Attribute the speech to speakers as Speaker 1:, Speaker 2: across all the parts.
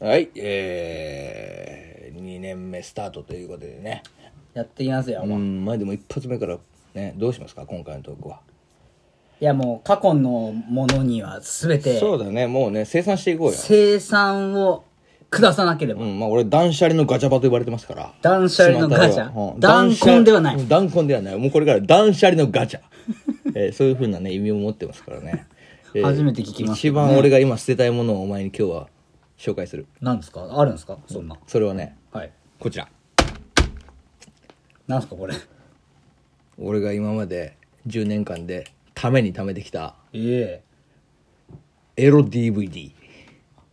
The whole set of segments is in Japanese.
Speaker 1: はい、えー、2年目スタートということでね。
Speaker 2: やっていきますよ、
Speaker 1: う
Speaker 2: もう。い
Speaker 1: ん、まあでも一発目から、ね、どうしますか、今回のトークは。
Speaker 2: や、もう過去のものには全て、
Speaker 1: そうだね、もうね、生産していこうよ。
Speaker 2: 生産を下さなければ。
Speaker 1: うん、まあ俺、断捨離のガチャバと呼ばれてますから。
Speaker 2: 断捨離のガチャ
Speaker 1: 巷はうん
Speaker 2: 断根ではない
Speaker 1: 断捨離断根ではない。もうこれから断捨離のガチャ。 えーそういうふうなね、意味を持ってますからね。えー
Speaker 2: 初めて聞きます
Speaker 1: 一番俺が今捨てたいものをお前に今日は紹介する。
Speaker 2: なんですかあるんですかそんな。
Speaker 1: それはね、
Speaker 2: はい。
Speaker 1: こちら。
Speaker 2: なんですか これ。
Speaker 1: 俺が今まで10年間でために貯めてきた
Speaker 2: ええ
Speaker 1: エロ DVD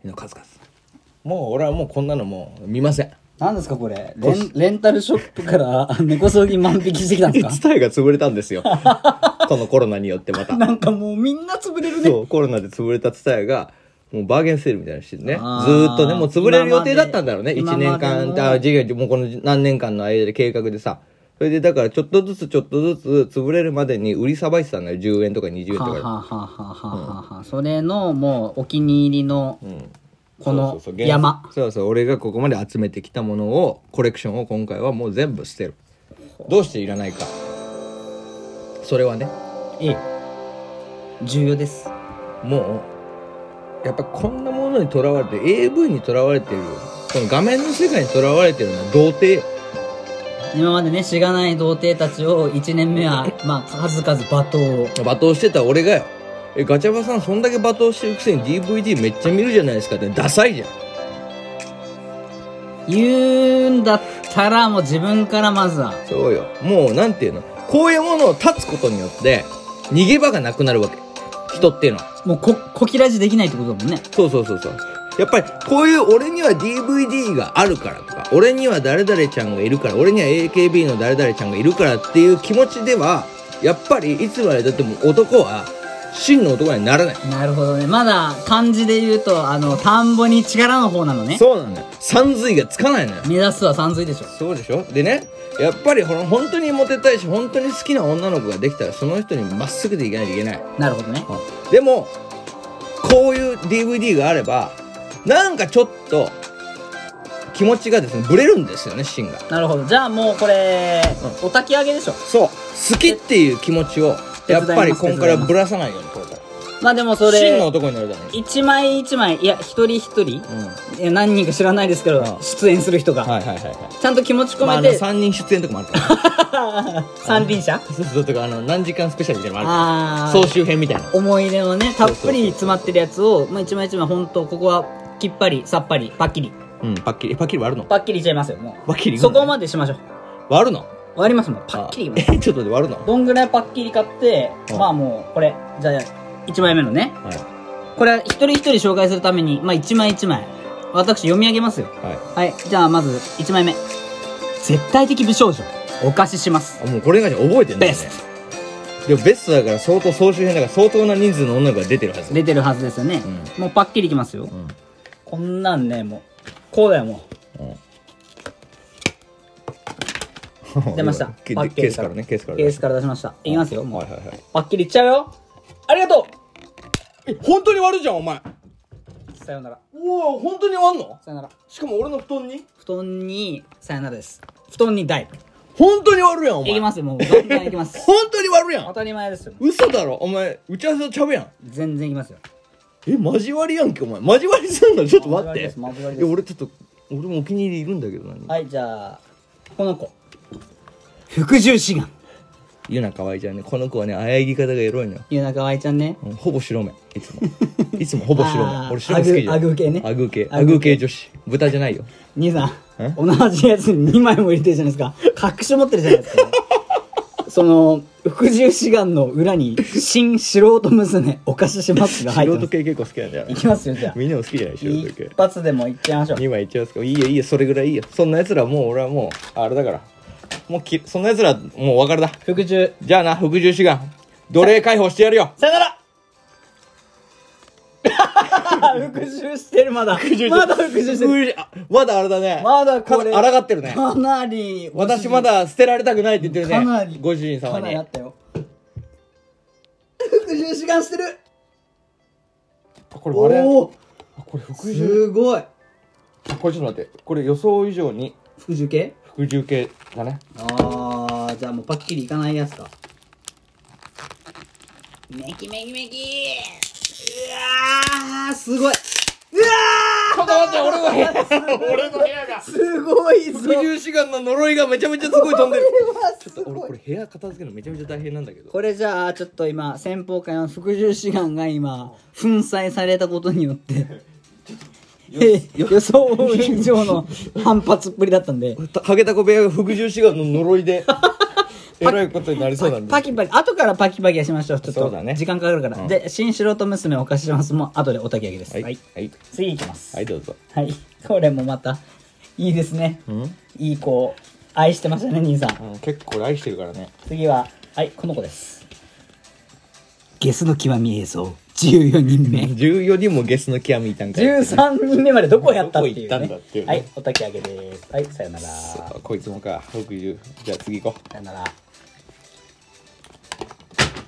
Speaker 1: の数々。もう俺はもうこんなのもう見ません。
Speaker 2: なんですかこれレンレンタルショップから 根こそぎ万引きしてきたんです
Speaker 1: ツタヤが潰れたん ですよ。このコロナによってまた
Speaker 2: か。 なんかもうみんな潰れるね
Speaker 1: そう、コロナで潰れたツタヤが、もうバーゲンセールみたいなのしてるね。ず
Speaker 2: あー
Speaker 1: ーっとね、もう潰れる予定だったんだろうね。
Speaker 2: 今
Speaker 1: 1
Speaker 2: まで
Speaker 1: 年
Speaker 2: 今ま
Speaker 1: 間、
Speaker 2: での
Speaker 1: あ、違う、もうこの何年間の間で計画でさ。それでだからちょっとずつちょっとずつ潰れるまでに売りさばいてたんだよ。10円とか20円と
Speaker 2: はあは
Speaker 1: か
Speaker 2: あはあはあはあはあそれのもうお気に入りのこの山
Speaker 1: そうそう、俺がここまで集めてきたものを、コレクションを今回はもう全部捨てる。どうしていらないか。それはね、
Speaker 2: ええ重要です
Speaker 1: もうやっぱこんなものにとらわれて AV にとらわれてるこの画面の世界にとらわれてるのは童貞よ
Speaker 2: 今までねしがない童貞たちを1年目はまあ数々罵倒を
Speaker 1: 罵倒してた俺がよえガチャバさんそんだけ罵倒してるくせに DVD めっちゃ見るじゃないですかってダサいじゃん
Speaker 2: 言うんだったらもう自分からまずは
Speaker 1: そうよもうなんていうのこういうものを断つことによって逃げ場がなくなるわけ人っていうのは
Speaker 2: もうここきらじできないってことだもんね
Speaker 1: そうそうそうそう。やっぱりこういう俺には DVD があるからとか、俺には誰々ちゃんがいるから、俺には AKB の誰々ちゃんがいるからっていう気持ちでは、やっぱりいつまでだっても男は真の男にはならない。
Speaker 2: なるほどねまだ漢字で言うとあの田んぼに力の方なのね
Speaker 1: そうなんだよ。三髄がつかないのよ。
Speaker 2: 目指すは山水でしょ
Speaker 1: そうでしょでね、やっぱりほら本当にモテたいし、本当に好きな女の子ができたらその人にまっすぐでいかないといけない。
Speaker 2: なるほどね
Speaker 1: でも、こういう DVD があれば、なんかちょっと気持ちがですね、ブレるんですよね、芯が。
Speaker 2: なるほどじゃあもうこれ、お焚き上げでしょ
Speaker 1: そう好きっていう気持ちをやっぱり今からぶらさないようにこれから
Speaker 2: まあでもそ
Speaker 1: 真の
Speaker 2: れ
Speaker 1: 男になるために
Speaker 2: 一枚一枚いや一人一人、
Speaker 1: うん
Speaker 2: え何人か知らないですけど、
Speaker 1: うん
Speaker 2: 出演する人が、
Speaker 1: はいはいはいはい
Speaker 2: ちゃんと気持ち込
Speaker 1: まあ、あ
Speaker 2: め
Speaker 1: の
Speaker 2: て、
Speaker 1: 3人出演とかもあるからね
Speaker 2: 三輪車
Speaker 1: そうそうとかあの何時間スペシャルみたいなのもある
Speaker 2: あ
Speaker 1: から
Speaker 2: ー
Speaker 1: 総集編みたいな
Speaker 2: 思い出のねたっぷ
Speaker 1: そうそうそうそう
Speaker 2: り詰まってるやつを、まあ、一枚一枚本当ここはきっぱりさっぱりパッキリ
Speaker 1: うんパッキリパッキリ割るの
Speaker 2: パッキリいっちゃいますよもう
Speaker 1: パッキリいくの
Speaker 2: そこまでしましょう
Speaker 1: 割るの
Speaker 2: 割りますもんパッキリいきます
Speaker 1: あ えちょっと待って割るの
Speaker 2: どんぐらいパッキリ買って、
Speaker 1: うん
Speaker 2: まあもうこれじゃあ1枚目のね
Speaker 1: は
Speaker 2: これは一人一人紹介するためにまあ1枚1枚私読み上げますよ
Speaker 1: いは
Speaker 2: はいじゃあまず1枚目絶対的美少女お貸しします
Speaker 1: いあもうこれ以外に覚えてんだよ
Speaker 2: ベ
Speaker 1: ね
Speaker 2: ス
Speaker 1: でもベストだから相当総集編だから相当な人数の女の子が出てるはず
Speaker 2: ト出てるはずですよね、
Speaker 1: う
Speaker 2: もうパッキリいきますよ、
Speaker 1: ん
Speaker 2: こんなんねもうこうだよもう出ました
Speaker 1: ケ
Speaker 2: パッケ
Speaker 1: ケ
Speaker 2: ー
Speaker 1: ー
Speaker 2: ジ
Speaker 1: スからねケースから
Speaker 2: ケー
Speaker 1: ね
Speaker 2: スから出しましたいきますよもう、
Speaker 1: はいはいはい
Speaker 2: パッキリいっちゃうよありがと
Speaker 1: え本当に割るじゃんお前
Speaker 2: うさよなら
Speaker 1: うわ本当に割んの
Speaker 2: さよなら
Speaker 1: しかも俺の布団に
Speaker 2: 布団にさよならです布団に大
Speaker 1: 本当に割るやんお前
Speaker 2: いきますよもうどんどんいき ます
Speaker 1: 本当に割るや
Speaker 2: 当
Speaker 1: ん
Speaker 2: たり前ですよ
Speaker 1: 嘘だろお前打ち合わせとちゃうやん
Speaker 2: 全然いきますよ
Speaker 1: えマジ割りやんけお前マジ割りすんのちょっと待って
Speaker 2: マジ割りですマジ割り
Speaker 1: い
Speaker 2: です
Speaker 1: や俺ちょっと俺もお気に入りいるんだけど何
Speaker 2: はいじゃあこの子服従志願
Speaker 1: ゆなかわいちゃんねこの子はねあやぎ方がエロいのよ
Speaker 2: ゆなかわいちゃんね
Speaker 1: うんほぼ白目いつも いつもほぼ白
Speaker 2: あ
Speaker 1: 目
Speaker 2: ー
Speaker 1: 俺白目好きじゃん
Speaker 2: アグアグ系ね
Speaker 1: アグ系
Speaker 2: ア
Speaker 1: ア
Speaker 2: グ系
Speaker 1: グ系女子豚じゃないよ
Speaker 2: 兄さ
Speaker 1: え
Speaker 2: ん同じやつに2枚も入れてるじゃないですか隠し持ってるじゃないですかその六十四眼の裏に、新素人娘、お貸ししますが入って
Speaker 1: 素
Speaker 2: ま
Speaker 1: 人
Speaker 2: す。
Speaker 1: 系結構好きなんじゃない
Speaker 2: いきますよ、じゃあ。
Speaker 1: みんなも好きじゃない素人系
Speaker 2: 一発でもいっちゃいましょう。
Speaker 1: 2枚いっちゃいますかいいよいいよそれぐらいいいよそんなやつらもう俺はもうあれだからもうきそんなやつらもう別れだ
Speaker 2: 服従。
Speaker 1: じゃあな服従志願奴隷解放してやるよ
Speaker 2: さよなら 復讐してるまだまだ復讐して
Speaker 1: 復
Speaker 2: る
Speaker 1: 讐あまだあれだね
Speaker 2: まだこれ
Speaker 1: あらがってるね
Speaker 2: かなり
Speaker 1: 私まだ捨てられたくないって言ってるね
Speaker 2: かなり
Speaker 1: ご主人様
Speaker 2: かな
Speaker 1: に
Speaker 2: りあったよ復讐志願してる
Speaker 1: これ我々
Speaker 2: おお
Speaker 1: あこれ服従
Speaker 2: すごい
Speaker 1: あこれちょっと待ってこれ予想以上に
Speaker 2: 復讐系
Speaker 1: 服従系だね
Speaker 2: ああじゃあもうパッキリいかないやつかメキメキメキうわーすごいうわ
Speaker 1: ちょっと待って俺の部屋俺の部屋が
Speaker 2: ーすごいぞ
Speaker 1: 服従志願の呪いがめちゃめちゃすごい飛んでる
Speaker 2: すごい
Speaker 1: 俺これ部屋片付けるのめちゃめちゃ大変なんだけど
Speaker 2: これじゃあちょっと今先方からの服従志願が今粉砕されたことによってえ予想以上の反発っぷりだったんで
Speaker 1: たハゲタコ部屋が服従志願の呪いで えらいことになりそうなん
Speaker 2: パ
Speaker 1: で
Speaker 2: キパキ後からパキパキはしましょうちょっ
Speaker 1: そ
Speaker 2: と
Speaker 1: うだね
Speaker 2: 時間かかるから、
Speaker 1: うん
Speaker 2: で新素人娘お貸ししますも後でお焚き上げです
Speaker 1: は
Speaker 2: はいい、
Speaker 1: はいはい、
Speaker 2: 次いきます
Speaker 1: どうぞ
Speaker 2: はい、これもまたいいですね
Speaker 1: うん、
Speaker 2: いい子を愛してましたね兄さん
Speaker 1: 結構愛してるからね
Speaker 2: 次ははいこの子ですゲスの極み映像14人目
Speaker 1: 14人もゲスの極みいたんかい
Speaker 2: 13人目までどこやったっていう、ね、
Speaker 1: どこ行ったんだっていうね
Speaker 2: はいお焚き上げですはいさよならさ
Speaker 1: そうこいつもか服従じゃあ次行こ
Speaker 2: よなら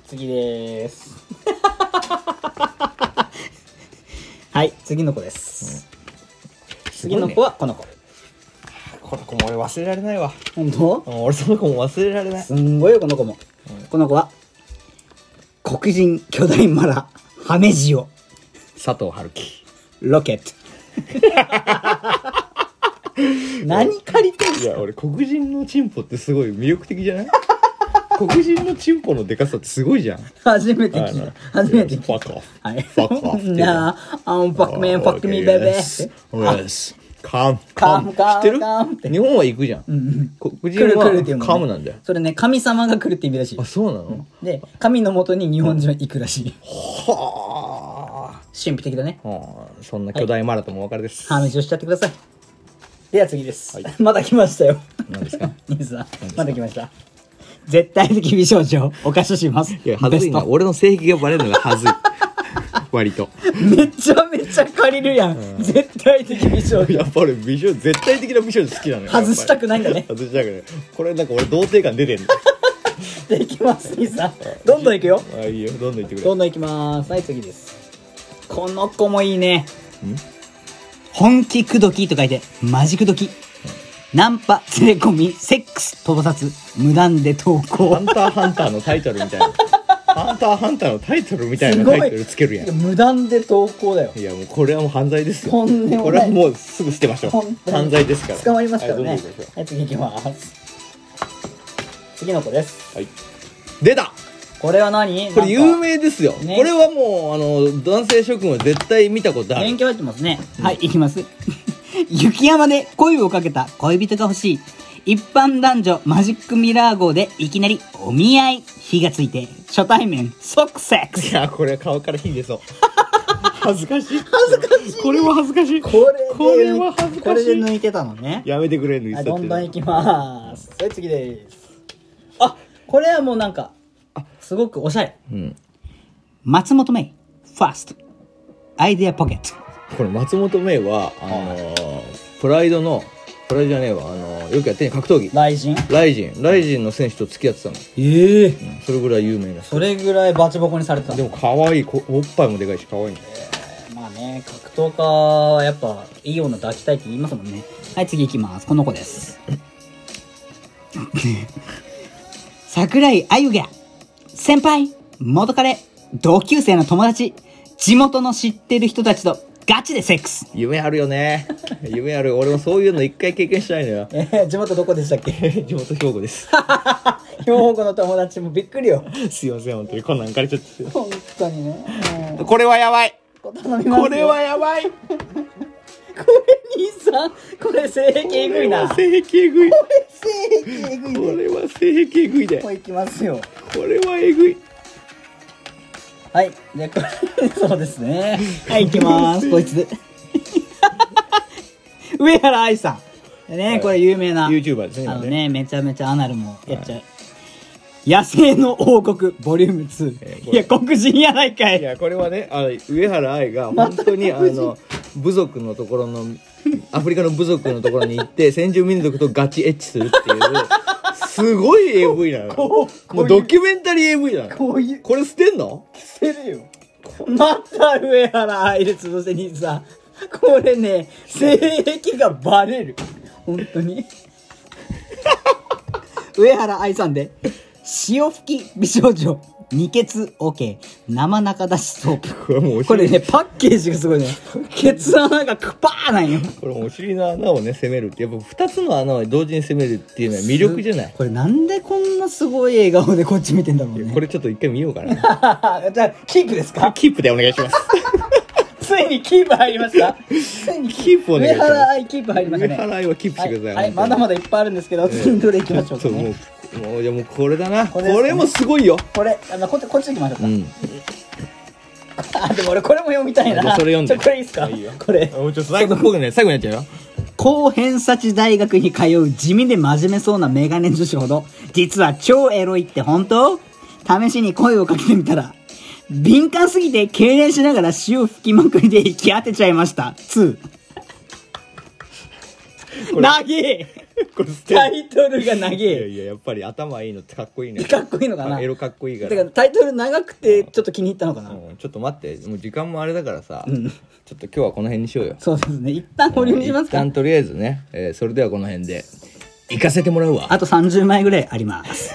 Speaker 2: 次です はい次の子です、
Speaker 1: う
Speaker 2: 次の子はこの子
Speaker 1: この子も俺忘れられないわ
Speaker 2: 本当
Speaker 1: うん俺その子も忘れられない
Speaker 2: すんごいよこの子も、この子は黒人巨大マラハメジオ
Speaker 1: 佐藤春樹
Speaker 2: ロケ ット何借りてんの
Speaker 1: いや俺黒人のチンポってすごい魅力的じゃない 黒人のチンポのでかさってすごい じゃん
Speaker 2: 初めて
Speaker 1: あ
Speaker 2: 聞い
Speaker 1: の
Speaker 2: た初めて聞いた
Speaker 1: ファックオフ
Speaker 2: はい。
Speaker 1: Fuck off.
Speaker 2: なあ、I'm fuck man, fuck me, baby.
Speaker 1: Yes. Yes. Come.
Speaker 2: Come, come,
Speaker 1: 知ってる
Speaker 2: come って
Speaker 1: 日本は行くじゃん。黒人
Speaker 2: 来る来るっていう
Speaker 1: は
Speaker 2: もんね
Speaker 1: カムなんだよ。
Speaker 2: それね、神様が来るって意味らしい
Speaker 1: あ、。そうなの
Speaker 2: で、神のもとに日本人は行くらし い。
Speaker 1: は
Speaker 2: 神秘的だね。
Speaker 1: あはあ。そんな巨大マラともお別れです。
Speaker 2: 話をしちゃってください。では次です。
Speaker 1: はい
Speaker 2: まだ来ました よ。
Speaker 1: 何ですか
Speaker 2: 兄さん、まだ来ました。絶対的美少女、お貸しします。
Speaker 1: いや、はずいな。
Speaker 2: ベ
Speaker 1: 俺の性癖がバレるのがは ずい。割と。
Speaker 2: ストめちゃめちゃ借りるやん。絶対的美少女。
Speaker 1: やっぱ俺、美少女、絶対的な美少女好きなのよ。
Speaker 2: 外したく
Speaker 1: い。
Speaker 2: ないんだね。
Speaker 1: 外したくない。これなんか俺、童貞感出てんの。
Speaker 2: で、行きます、兄さん。どんどん行くよ。
Speaker 1: あ、いいよ。どんどん言ってくれ。
Speaker 2: どんどんいきますはい次ですこの子もいいね本気くどきと書いてマジくどきナンパ連れ込みセックス盗撮無断で投
Speaker 1: ハ
Speaker 2: 稿
Speaker 1: ンターハンターのタイトルみたいな。ハンターハンターのタイトルみたいなタイトルつけるやん。
Speaker 2: 無断で投稿だよ
Speaker 1: いやもうこれはもう犯罪ですよ。
Speaker 2: とんでもな
Speaker 1: これ
Speaker 2: い
Speaker 1: はもうすぐ捨てましょ
Speaker 2: 本当
Speaker 1: う。
Speaker 2: に
Speaker 1: 犯罪ですから。
Speaker 2: 捕まりますから
Speaker 1: は
Speaker 2: ね
Speaker 1: いどんどん行きましょ
Speaker 2: はい次いきます次の子です
Speaker 1: うはい出た
Speaker 2: これは何
Speaker 1: これ有名
Speaker 2: 名
Speaker 1: ですよ。
Speaker 2: ね
Speaker 1: これはもうあの男性諸君は絶対見たことあ
Speaker 2: 勉
Speaker 1: る。
Speaker 2: 強入ってますねはいいきます 雪山で恋をかけた恋人が欲しい一般男女マジックミラー号でいきなりお見合い火がついて初対面即セック
Speaker 1: い
Speaker 2: ス
Speaker 1: やこれ顔から火出 そう。恥ずかしい。恥ずかしい。これは恥ずかしい。これは恥ずかしい。
Speaker 2: いてたのね
Speaker 1: やめてくれぬい
Speaker 2: あどんどんいきますはい次ですあこれはもうなんかすごくおしゃれ
Speaker 1: うん。
Speaker 2: 松本芽衣ファーストアイデアポケット
Speaker 1: これ松本明はあのープライドのプライドじゃねえわあのーよくやってんね格闘技。
Speaker 2: 雷神
Speaker 1: ライジンライジンの選手と付き合ってたの。
Speaker 2: ええ
Speaker 1: それぐらい有名な人。
Speaker 2: それぐらいバチボコにされてた
Speaker 1: でも可愛いこおっぱいもでかいし可愛いね
Speaker 2: まあね、格闘家はやっぱいい女抱きたいって言いますもんね。はい、次行きます。この子です。 桜井あゆが、先輩、元彼、同級生の友達、地元の知ってる人たちとガチでセックス。
Speaker 1: 夢あるよね 夢ある俺もそういうの一回経験したいのよ
Speaker 2: えー、地元どこでしたっけ
Speaker 1: 地元兵庫です
Speaker 2: 兵庫の友達もびっくりよ。
Speaker 1: すいません本当にこんなん借りちゃっ
Speaker 2: 本当にね。
Speaker 1: てこれはやばい
Speaker 2: こ
Speaker 1: これはやばい
Speaker 2: 兄さん、これ性癖えぐいな。これ
Speaker 1: 性癖えぐい。こ
Speaker 2: 性癖えぐいね。
Speaker 1: れは性癖えぐいで。
Speaker 2: も
Speaker 1: こ
Speaker 2: ういきますよ。
Speaker 1: れはえぐい。
Speaker 2: はい。で、これ、そうですね。はい、いきます。こいつ。 上原愛さん。ね、
Speaker 1: はい
Speaker 2: これ有名な。
Speaker 1: YouTuber ですね。
Speaker 2: あの
Speaker 1: 今ね
Speaker 2: ね、めちゃめちゃアナルもやっちゃう。野生の王国ボリューム2。
Speaker 1: えーこ
Speaker 2: い
Speaker 1: れ
Speaker 2: や、黒人やないか
Speaker 1: い
Speaker 2: い。
Speaker 1: やこれはねあの上原愛が本当にあの部族のところのアフリカの部族のところに行って先住民族とガチエッチするっていうすごい AV なのよ
Speaker 2: こう
Speaker 1: もうドキュメンタリー AV なの
Speaker 2: こういう、
Speaker 1: これ捨てんの
Speaker 2: せるよ。また上原愛です。そして兄さん。これね、性癖がバレる。本当に。 上原愛さんで、潮吹き美少女、二血 OK、生中出しソープ。
Speaker 1: これもうお尻
Speaker 2: これね、パッケージがすごいね。ケツ穴がクパーなんよ。
Speaker 1: これもうお尻の穴をね攻めるってやっぱ2つの穴を同時に攻めるっていうのは魅力じゃない
Speaker 2: これなんでこんなすごい笑顔でこっち見てんだろうね。
Speaker 1: これちょっと一回見ようかな
Speaker 2: じゃあ、キープですか
Speaker 1: キープでお願いします
Speaker 2: ついにキープ入りました。ついに
Speaker 1: キープお願いします
Speaker 2: 上原愛キープ入りまし
Speaker 1: 上
Speaker 2: たね。
Speaker 1: 原愛はキープしてくだ
Speaker 2: は
Speaker 1: さ
Speaker 2: い
Speaker 1: い、
Speaker 2: はいまだまだいっぱいあるんですけど、次のどれいきましょうか、
Speaker 1: そうも
Speaker 2: ね。
Speaker 1: うもうじゃあもうこれだな
Speaker 2: こ
Speaker 1: こ
Speaker 2: れですね
Speaker 1: れもすごいよ
Speaker 2: これ、あの、こっち、こっち行きましょう
Speaker 1: う
Speaker 2: か。
Speaker 1: ん
Speaker 2: あ、でも俺これも読みたいな。
Speaker 1: じゃあそれ読んで
Speaker 2: ちょこれいいですか
Speaker 1: いいよ
Speaker 2: これ。
Speaker 1: もうちょっと最後っぽくね最後になっちゃうよ
Speaker 2: 高偏差値大学に通う地味で真面目そうなメガネ女子ほど、実は超エロいって本当試しに声をかけてみたら、敏感すぎて痙攣しながら潮吹きまくりで行き当てちゃいました。2。
Speaker 1: これ
Speaker 2: なげえ
Speaker 1: これ捨てる
Speaker 2: タイトルが長
Speaker 1: いや
Speaker 2: え
Speaker 1: いややっぱり頭いいのってかっこいいね
Speaker 2: かっこいいのかな
Speaker 1: エロかっこいいか
Speaker 2: てからタイトル長くてちょっと気に入ったのかな、
Speaker 1: うんちょっと待ってもう時間もあれだからさちょっと今日はこの辺にしようよ
Speaker 2: そうですね一旦保留にします
Speaker 1: 一
Speaker 2: か
Speaker 1: 旦とりあえずねえーそれではこの辺で行かせてもらうわ
Speaker 2: あと30枚ぐらいあります